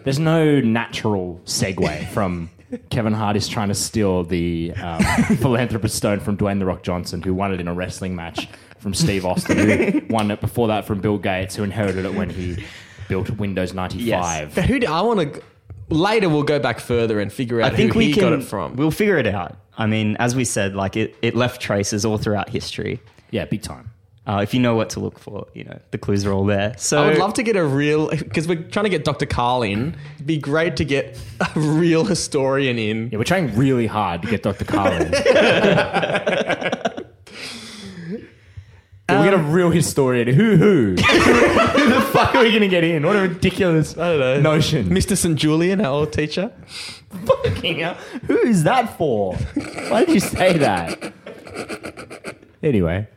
There's no natural segue from Kevin Hart is trying to steal the um, philanthropist stone from Dwayne The Rock Johnson, who won it in a wrestling match from Steve Austin, who won it before that from Bill Gates, who inherited it when he built Windows 95.
But *laughs* who do I want to? Later, we'll go back further and figure out
I think
who
we
he
can,
got it from.
We'll figure it out. I mean, as we said, like it, it left traces all throughout history.
Yeah, big time.
Uh, if you know what to look for, you know the clues are all there. So
I would love to get a real because we're trying to get Dr. Carl in. It'd be great to get a real historian in.
Yeah, we're trying really hard to get Dr. Carlin. we get a real historian. Who who? who the fuck are we gonna get in? What a ridiculous
I don't know.
notion.
Mr. St. Julian, our old teacher.
Fucking hell. Who is that for? Why did you say that? Anyway.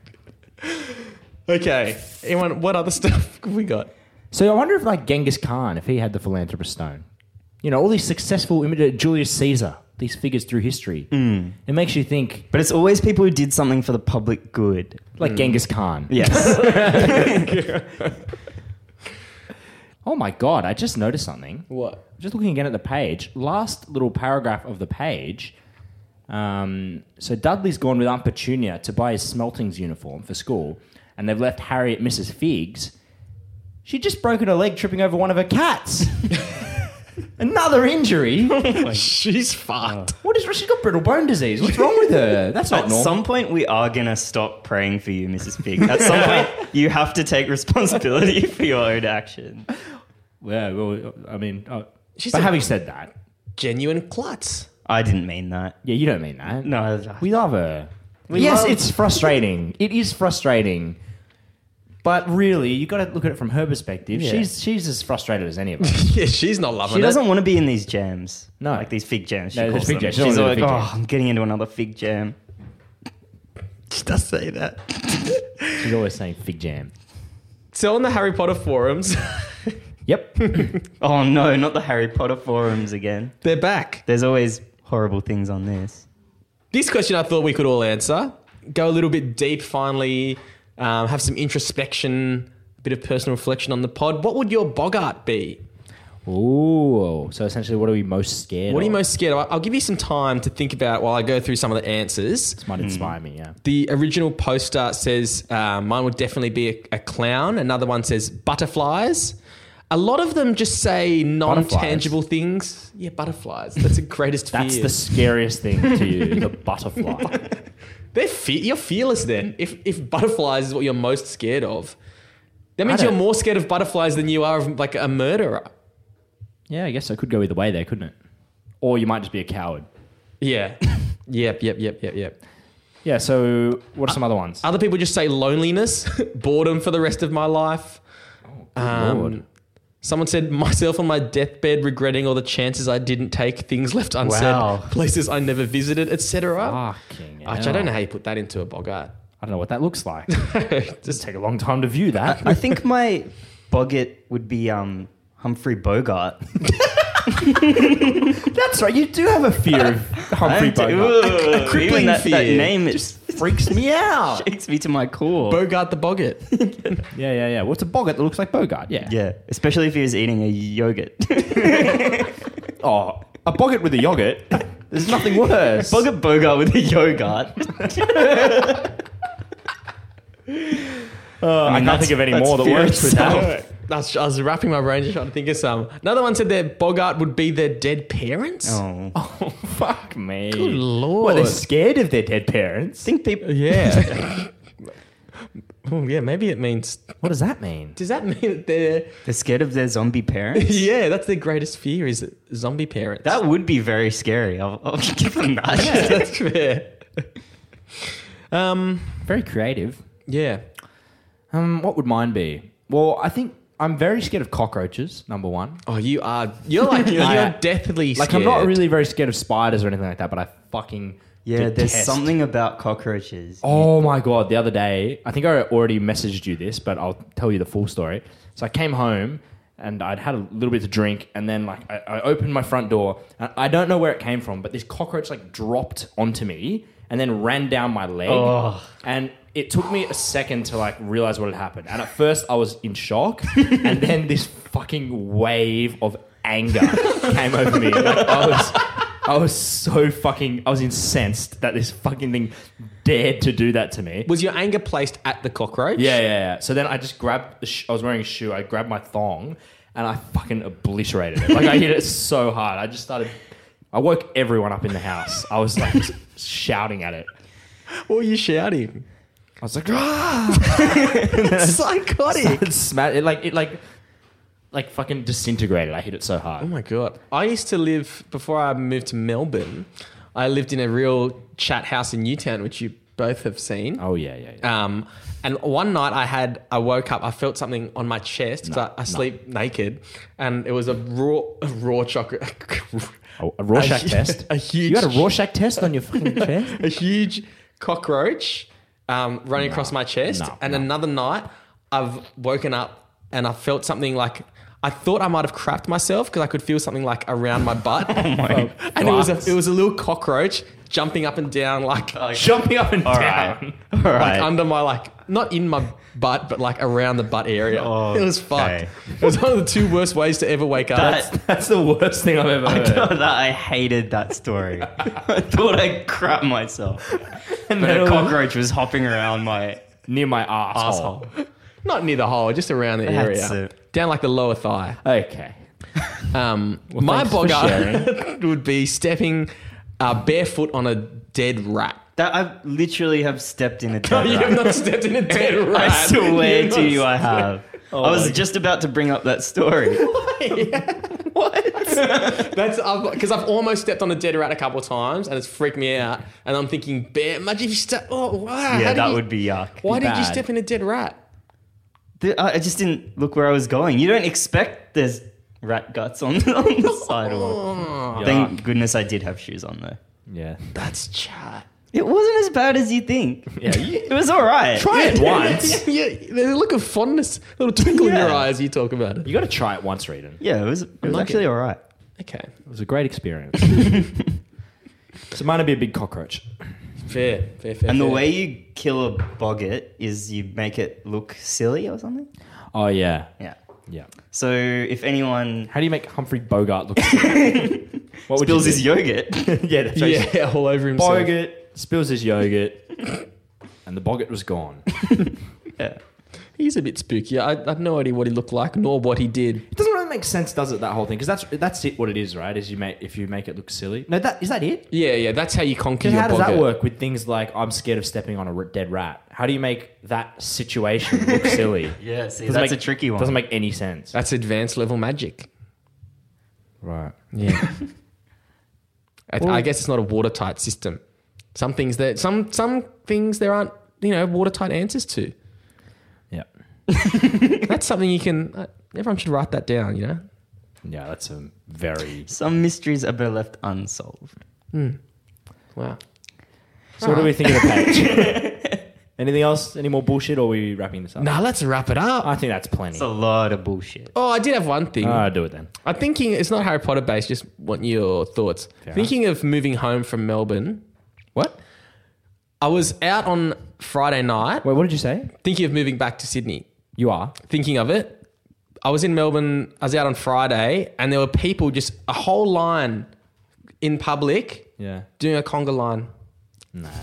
Okay. Anyone, what other stuff have we got?
So I wonder if like Genghis Khan, if he had the philanthropist stone. You know, all these successful images, uh, Julius Caesar. these figures through history. It makes you think,
But it's always people who did something for the public good.
like Genghis Khan.
*laughs*
Yes.
Oh my god! I just noticed something.
What?
Just looking again at the page, last little paragraph of the page. Um, so Dudley's gone with Aunt Petunia to buy his smelting's uniform for school, and they've left Harry at Mrs. Fig's. She just broken her leg tripping over one of her *laughs* cats. Another injury.
She's fucked.
What is? She's got brittle bone disease. What's wrong with her? That's not
At
normal.
some point, we are going to stop praying for you, Mrs. Pig. At some
*laughs*
point, you have to take responsibility *laughs* for your own action.
yeah. Well, I mean, uh,
She's
but
a-
having said that,
Genuine klutz.
I didn't mean that.
yeah, you don't mean that.
No.
We love her. yes,
love-
*laughs*
it's frustrating. It is frustrating. But really, you got to look at it from her perspective.
Yeah.
She's she's as frustrated as any
*laughs*
of
*laughs*
us.
Yeah, she's not loving
She
it.
doesn't want to be in these jams.
No.
Like these fig jams. She
No,
calls
there's fig
them.
jams. She
She's
doesn't
all
wanna
like,
do
oh,
the fig
I'm getting into another fig jam.
*laughs* She does say that.
she's always saying fig jam.
So on the Harry Potter forums, *laughs*
Yep.
Oh, no, not the Harry Potter forums again.
they're back.
There's always horrible things on this.
This question I thought we could all answer. Go a little bit deep finally, um, have some introspection, a bit of personal reflection on the pod. What would your Bogart be?
Ooh. So essentially, what are we most scared?
What are you
of?
most scared of? I'll give you some time to think about while I go through some of the answers.
This might inspire me. Yeah.
The original poster says uh, mine would definitely be a, a clown. Another one says butterflies. A lot of them just say non-tangible things. Yeah, butterflies. That's the greatest
That's
fear.
the scariest thing
*laughs*
to you, the butterfly.
They're fe- you're fearless then. If if butterflies is what you're most scared of, that means
don't-
you're more scared of butterflies than you are of like a murderer.
yeah, I guess I could go either way there, couldn't it? Or you might just be a coward.
*laughs* Yeah. yep. Yep. Yep. Yep. Yep.
Yeah. So what are some other ones?
Other people just say loneliness, *laughs* boredom for the rest of my life. Um,
Lord.
Someone said myself on my deathbed, regretting all the chances I didn't take, things left unsaid,
Wow.
places I never visited, etc.
Fucking.
Which I
hell.
don't know how you put that into a bogart.
I don't know what that
*laughs*
looks like.
just
take a long time to view that.
I think my boggart would be um, Humphrey Bogart.
That's right. You do have a fear of *laughs* Humphrey Bogart.
Bogart. A
*laughs*
crippling
that, that
fear.
name is
Freaks me out.
*laughs* shakes me to my
*laughs*
core.
bogart the boggart.
Yeah, yeah, yeah. What's a boggart that looks like Bogart? Yeah.
yeah, especially if he was eating a yogurt. *laughs*
Oh, a boggart with a yogurt. *laughs* There's nothing *laughs* worse.
Bogart Bogart with a *laughs* yogurt. Uh,
I, can't think of any more that works with that.
That's, I was wrapping my brain just trying to think of some. Another one said their bogart would be their dead parents.
*laughs* Oh. I
Oh, fuck me.
Good lord.
Well, they're scared of their dead parents.
think people.
yeah. *laughs* oh, yeah, maybe it means.
What does that mean?
Does that mean that they're.
They're scared of their zombie parents.
Yeah, that's their greatest fear is zombie parents. *laughs*
*laughs* That would be very scary. I'll, I'll *laughs* give them that. *laughs*
that's fair. Um,
Very creative.
yeah.
Um, what would mine be? Well, I think I'm very scared of cockroaches. Number one.
Oh, you are. *laughs* You're like you're
Yeah.
deathly
Like
scared.
I'm not really very scared of spiders or anything like that, but I fucking
Yeah, there's
detest-
something about cockroaches.
Oh my god! The other day, I think I already messaged you this, but I'll tell you the full story. So I came home and I'd had a little bit to drink, and then like I, I opened my front door. And I don't know where it came from, but this cockroach like dropped onto me and then ran down my leg, and it took me a second to like realize what had happened. And at first, I was in shock, and then this fucking wave of anger came over me. Like, I was. I was so fucking. I was incensed that this fucking thing dared to do that to me.
Was your anger placed at the cockroach?
Yeah, yeah, yeah. So then I just grabbed. The sh- I was wearing a shoe. I grabbed my thong, and I fucking obliterated it. Like I hit it so hard. I just started. I woke everyone up in the house. I was like just shouting at it.
What were you shouting?
I was like, ah!
*laughs* Psychotic.
it smashed. It like it like like fucking disintegrated. I hit it so hard.
Oh my god! I used to live before I moved to Melbourne. I lived in a real chat house in Newtown, which you both have seen.
Oh yeah, yeah. yeah.
Um, and one night I had, I woke up, I felt something on my chest 'cause I, I sleep naked, and it was a raw, a raw chocolate, *laughs*
A, a Rorschach
hu-
test.
a huge-
You had a Rorschach test on your fucking chest.
a huge cockroach um, running across my chest.
no,
and
no.
another night I've woken up and I felt something like I thought I might have crapped myself because I could feel something like around my
*laughs* Oh
butt. and it was,
Fuck.
a, it was a little cockroach jumping up and down, like,
Oh, Jumping up and
All
down.
right. All right.
like under my, like, not in my butt, but like around the butt area.
Oh,
it was
*laughs*
fucked.
okay.
It was one of the two worst ways to ever wake up.
That's-
*laughs* That's the worst thing I've ever heard.
Oh, that I hated that story. *laughs* I thought I crap myself.
And
But
then
a
it was
cockroach was hopping around my
near my asshole.
asshole.
not near the hole, just around the
That's
area.
it.
Down like the lower thigh.
Okay.
Um, my
thanks for
bogger *laughs* would be stepping uh, barefoot on a dead
*laughs*
rat.
That I literally have
*laughs*
stepped in a dead
You
rat.
have not stepped in a dead rat.
*laughs* I swear
You've
to
not *laughs*
you, I have.
Oh
I was just about to bring up that story. *laughs*
That's because I've almost stepped on a dead rat a couple of times, and it's freaked me out. And I'm thinking, bear, imagine if you step. Oh, wow.
Yeah, that would be yuck.
Why did you
bad.
step in a dead rat?
The- I I just didn't look where I was going. You don't expect there's rat guts on, *laughs*
*laughs*
on the
Oh
sidewalk. Thank goodness I did have shoes on though.
Yeah.
That's chat.
It wasn't as bad as you
*laughs*
think.
Yeah. You,
It was all right.
Try it
once.
*laughs* yeah, yeah, there's a look of fondness, a little twinkle in your
Yeah.
eyes. You talk about it.
you got to try it once, Regan.
Yeah, it was. It was
like
actually
it.
all right.
Okay,
It was a
*laughs*
great experience. so mine would be a big cockroach.
fair, fair, fair.
And the
fair.
way you kill a boggart is you make it look silly or something.
Oh yeah.
Yeah.
Yeah.
So if anyone
How do you make Humphrey Bogart look?
*laughs*
what would
spills
you
his
do?
yogurt,
*laughs* yeah, that's
*laughs*
right.
yeah, all over himself.
Bogart spills his yogurt, and the boggart was gone. It
*laughs* yeah.
He's a bit spooky. I, I have no idea what he looked like nor what he did.
doesn't really make sense, does it? That whole thing because that's that's it. What it is, right? Is you make if you make it look silly. No, that is that it.
Yeah, yeah, that's how you conquer
Because
your
how does that
bogger.
work with things like I'm scared of stepping on a r- dead rat? How do you make that situation look *laughs* silly?
Yeah. See,
Doesn't
that's
make-
a tricky one.
Doesn't make any sense.
That's advanced level *laughs* magic.
Right.
Yeah. I, I guess it's not a watertight system. Some things that some some things there aren't you know watertight answers to.
Yeah.
That's something you can. Uh, everyone should write that down. You know.
Yeah, that's a very
Some mysteries are better left unsolved.
Wow.
So what do we think of the page? *laughs* Anything else? Any more bullshit? Or are we wrapping this up?
Now let's wrap it up.
I think that's plenty.
It's a lot of bullshit.
Oh, I did have one thing.
Ah, do it then.
I'm thinking it's not Harry Potter based. Just want your thoughts. thinking of moving home from Melbourne.
What?
I was out on Friday night
Wait, what did you say?
thinking of moving back to Sydney.
You are.
thinking of it, I was in Melbourne, I was out on Friday, and there were people just a whole line in public
Yeah.
doing a conga line.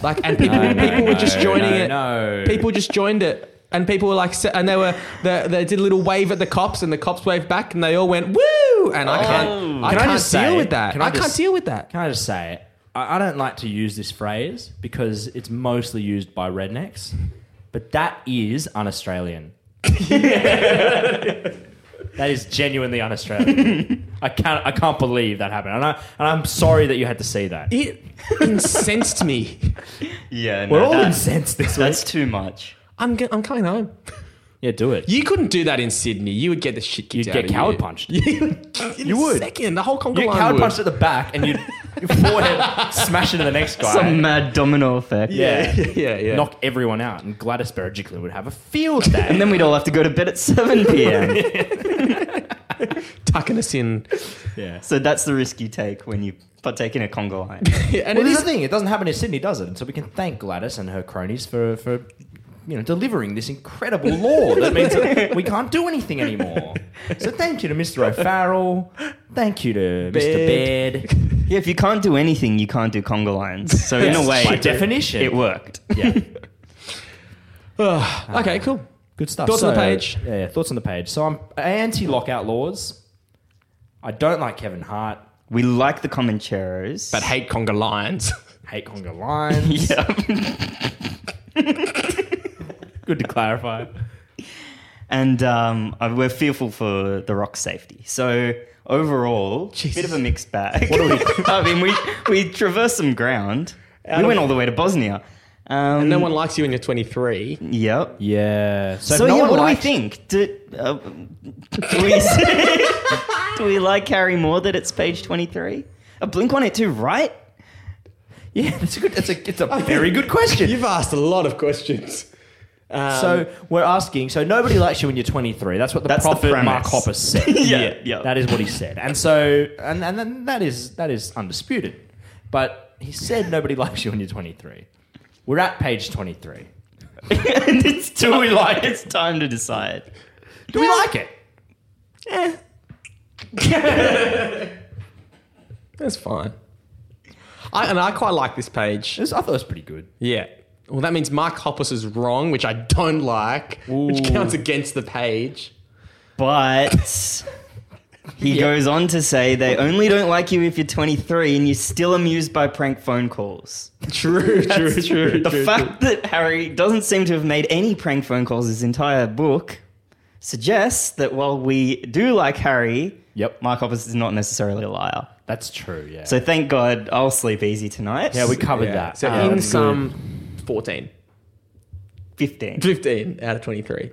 Like, and people, people were just joining
no,
it.
no.
People just joined it. And people were like, se- and they were, they, they did a little wave at the cops, and the cops waved back, and they all went, woo! And I can't, I
Can I
can't
just
deal
say-
with that.
can I
I, can't
just-
deal with that.
Can I just say it? I, I don't like to use this phrase because it's mostly used by rednecks, but that is un-Australian. *laughs* that is genuinely un-Australian. I can't. I can't believe that happened, and, I, and I'm sorry that you had to see that.
It incensed me.
Yeah. No,
We're all
that-
incensed this week.
That's too much.
I'm, go- I'm coming home.
Yeah, do it.
You couldn't do that in Sydney. You would get the shit kicked
You'd
out
get
of you.
coward punched.
You would. In
You
a
would.
Second, the whole conga
You
line
coward
would.
punched at the back and *laughs* you your forehead smash into the next guy.
Some mad domino effect.
yeah.
*laughs*
yeah, yeah.
Knock everyone out, and Gladys Berejiklian would have a field day.
And then we'd all have to go to bed at 7
*laughs*
p.m.
tucking us in. *laughs*
yeah.
so that's the risk you take when you partake in a Congo line.
Yeah, and
Well,
it is.
this is the thing; it doesn't happen in Sydney, does it? And so we can thank Gladys and her cronies for for you know delivering this incredible
*laughs*
law that means that we can't do anything anymore. So thank you to Mr. O'Farrell. Thank you to
*laughs*
Mr. Baird.
Yeah, if you can't do anything, you can't do conga lines. So in
Yes,
a way,
by definition.
it worked.
Yeah.
Ugh, *sighs* okay, cool.
Good stuff.
Thoughts on the page?
Yeah, yeah, thoughts on the page. So I'm anti-lockout laws. I don't like Kevin Hart.
We like the Comancheros,
But hate conga lines.
Hate conga
*laughs*
*laughs*
lines.
yeah,
Good to clarify.
and um, uh, we're fearful for the rock safety. So overall, bit of a mixed bag. What *laughs* are we? I mean, we we traverse some ground. we went all the way to Bosnia. Um,
no one likes you when you're 23.
Yep.
Yeah. So, if
So
no
yeah,
one
what
likes- *laughs*
do we think? Do, uh, do, we, *laughs* do we like Harry more that it's page twenty three? A Blink One Eight Two, right? *laughs*
*laughs*
Yeah, that's a good. That's a. It's a very good question.
You've asked a lot of questions. Um,
so we're asking. So nobody likes you when you're 23. That's what the
That's the
prophet Mark
premise.
Hoppus said.
Yeah, yeah.
That is what he said. And so, and and then that is that is undisputed. But he said nobody likes you when you're 23. We're at page 23.
and it's
*laughs*
too we like it's time to decide.
Do we like it?
that's fine. I, and I quite like this page.
This- I thought it was pretty good.
Yeah. Well, that means Mark Hoppus is wrong, which I don't like, which counts against the page.
But he goes on to say they only don't like you if you're 23 and you're still amused by prank phone
*laughs*
calls.
True, true, true.
The
true,
fact that Harry doesn't seem to have made any prank phone calls his entire book suggests that while we do like Harry,
Yep.
Mark Hoppus is not necessarily a liar.
That's true. Yeah.
So thank God I'll sleep easy tonight.
yeah, we
true.
covered
Yeah.
that.
So
Um,
in sum, 14.
15.
15 out of 23.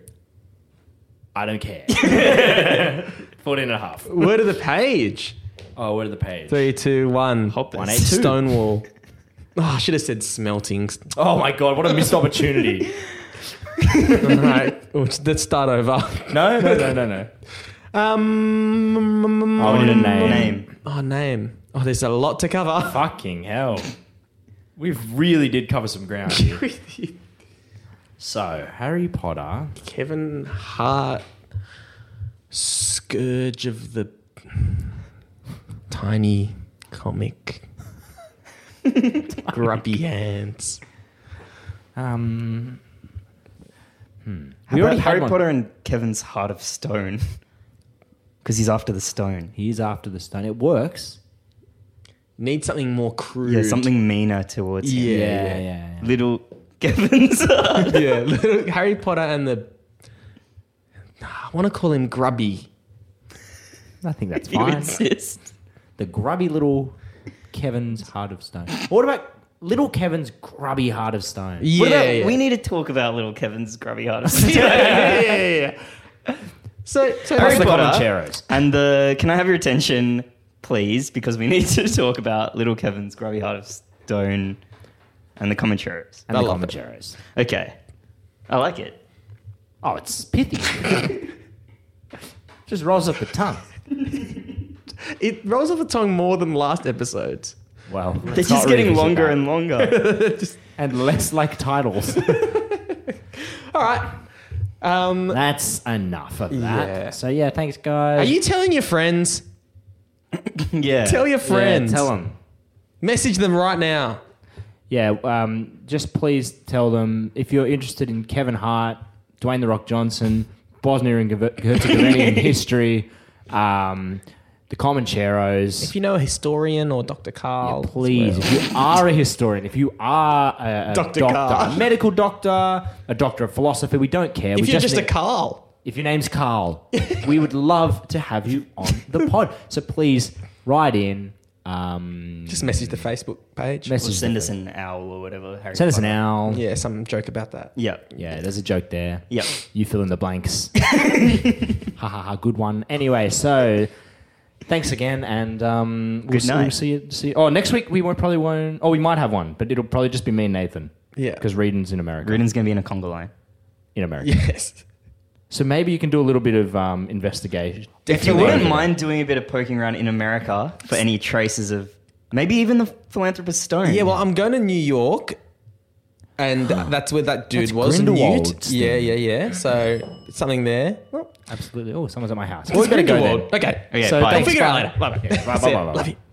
I don't care. *laughs* 14 and a half.
Word of the page.
Oh, where are the page?
Three, two, one.
Hoppus.
One, eight, two.
Stonewall. *laughs* Oh, I should have said smelting.
Oh my god, what a missed opportunity.
All right, Oh, *laughs* let's start over.
No, no, no, no, no.
Um,
I wanted a name.
Name.
oh, name. Oh, there's a lot to cover.
Fucking hell. We really did cover some ground here.
*laughs*
So, Harry Potter.
Kevin Hart, Scourge of the Tiny Comic, Grubby Hands.
Um,
How
We
about
already had
Harry
one.
Potter and Kevin's Heart of Stone? *laughs* Because he's after the stone.
he's after the stone. It works.
Need something more crude. *laughs*
Yeah, something meaner towards him.
Yeah,
yeah,
yeah,
yeah. yeah.
Little *laughs* Kevin's.
yeah. little Harry Potter and the. I want to call him Grubby.
I think that's
*laughs*
you
fine.
insist.
the grubby little Kevin's heart of stone. What about little Kevin's grubby heart of stone?
Yeah,
What about,
yeah.
We need to talk about little Kevin's grubby heart *laughs* of stone.
*laughs* yeah, yeah, yeah. So, so
Plus
Harry
the
Potter.
Comancheros.
and the can I have your attention, please? Because we *laughs* need to talk about little Kevin's grubby heart of stone and the commentaries.
And
I
the
love it.
Comancheros.
Okay, I like it.
Oh, it's pithy. *laughs* Just rolls off the tongue.
it rolls off the tongue more than last episode. *laughs*
Well,
They're just getting longer and longer.
and less like titles. *laughs*
All right. Um,
That's enough of that.
Yeah.
So yeah, thanks guys.
are you telling your friends?
yeah.
Tell your
yeah,
friends.
Tell them.
Message them right now.
Yeah, um, just please tell them if you're interested in Kevin Hart, Dwayne the Rock Johnson, Bosnia and Gov-
*laughs*
Herzegovinian history, um, the Comancheros.
If you know a historian or Dr. Carl,
Please, if you are a historian, if you are a, a
Dr.
doctor,
Carl.
a medical doctor, a doctor of philosophy, we don't care.
if
we
you're just a
need-
Carl,
if your name's Carl, we would love to have you on the pod. So please write in, um,
just message the Facebook page.
message,
Send us an owl or whatever. Harry
send us an
Potter.
owl.
yeah, some joke about that.
Yep.
Yeah, there's a joke there.
Yep.
You fill in the blanks.
*laughs*
ha ha ha, good one. Anyway, so thanks again, and um, we'll,
Good
see,
night.
we'll see you. See, oh, next week we won't, probably won't. Oh, we might have one, but it'll probably just be me and Nathan.
Yeah.
because Reedon's in America.
Gruden's gonna be in a conga line.
In America,
*laughs* Yes.
so maybe you can do a little bit of um, investigation.
If you
Definitely.
wouldn't mind doing a bit of poking around in America for any traces of maybe even the philanthropist stone.
Yeah, well, I'm going to New York,
*gasps*
and that's where that dude
That's
was. Newt.
Grindelwald's thing.
Yeah, yeah, yeah. So it's something there. Well,
Absolutely. Oh, someone's at my house.
it's
We're gonna go
Grindelwald. Okay.
Okay,
So
bye.
thanks,
Figure it out
bye.
later.
Yeah, bye,
See
bye,
ya.
bye, bye.
Love you.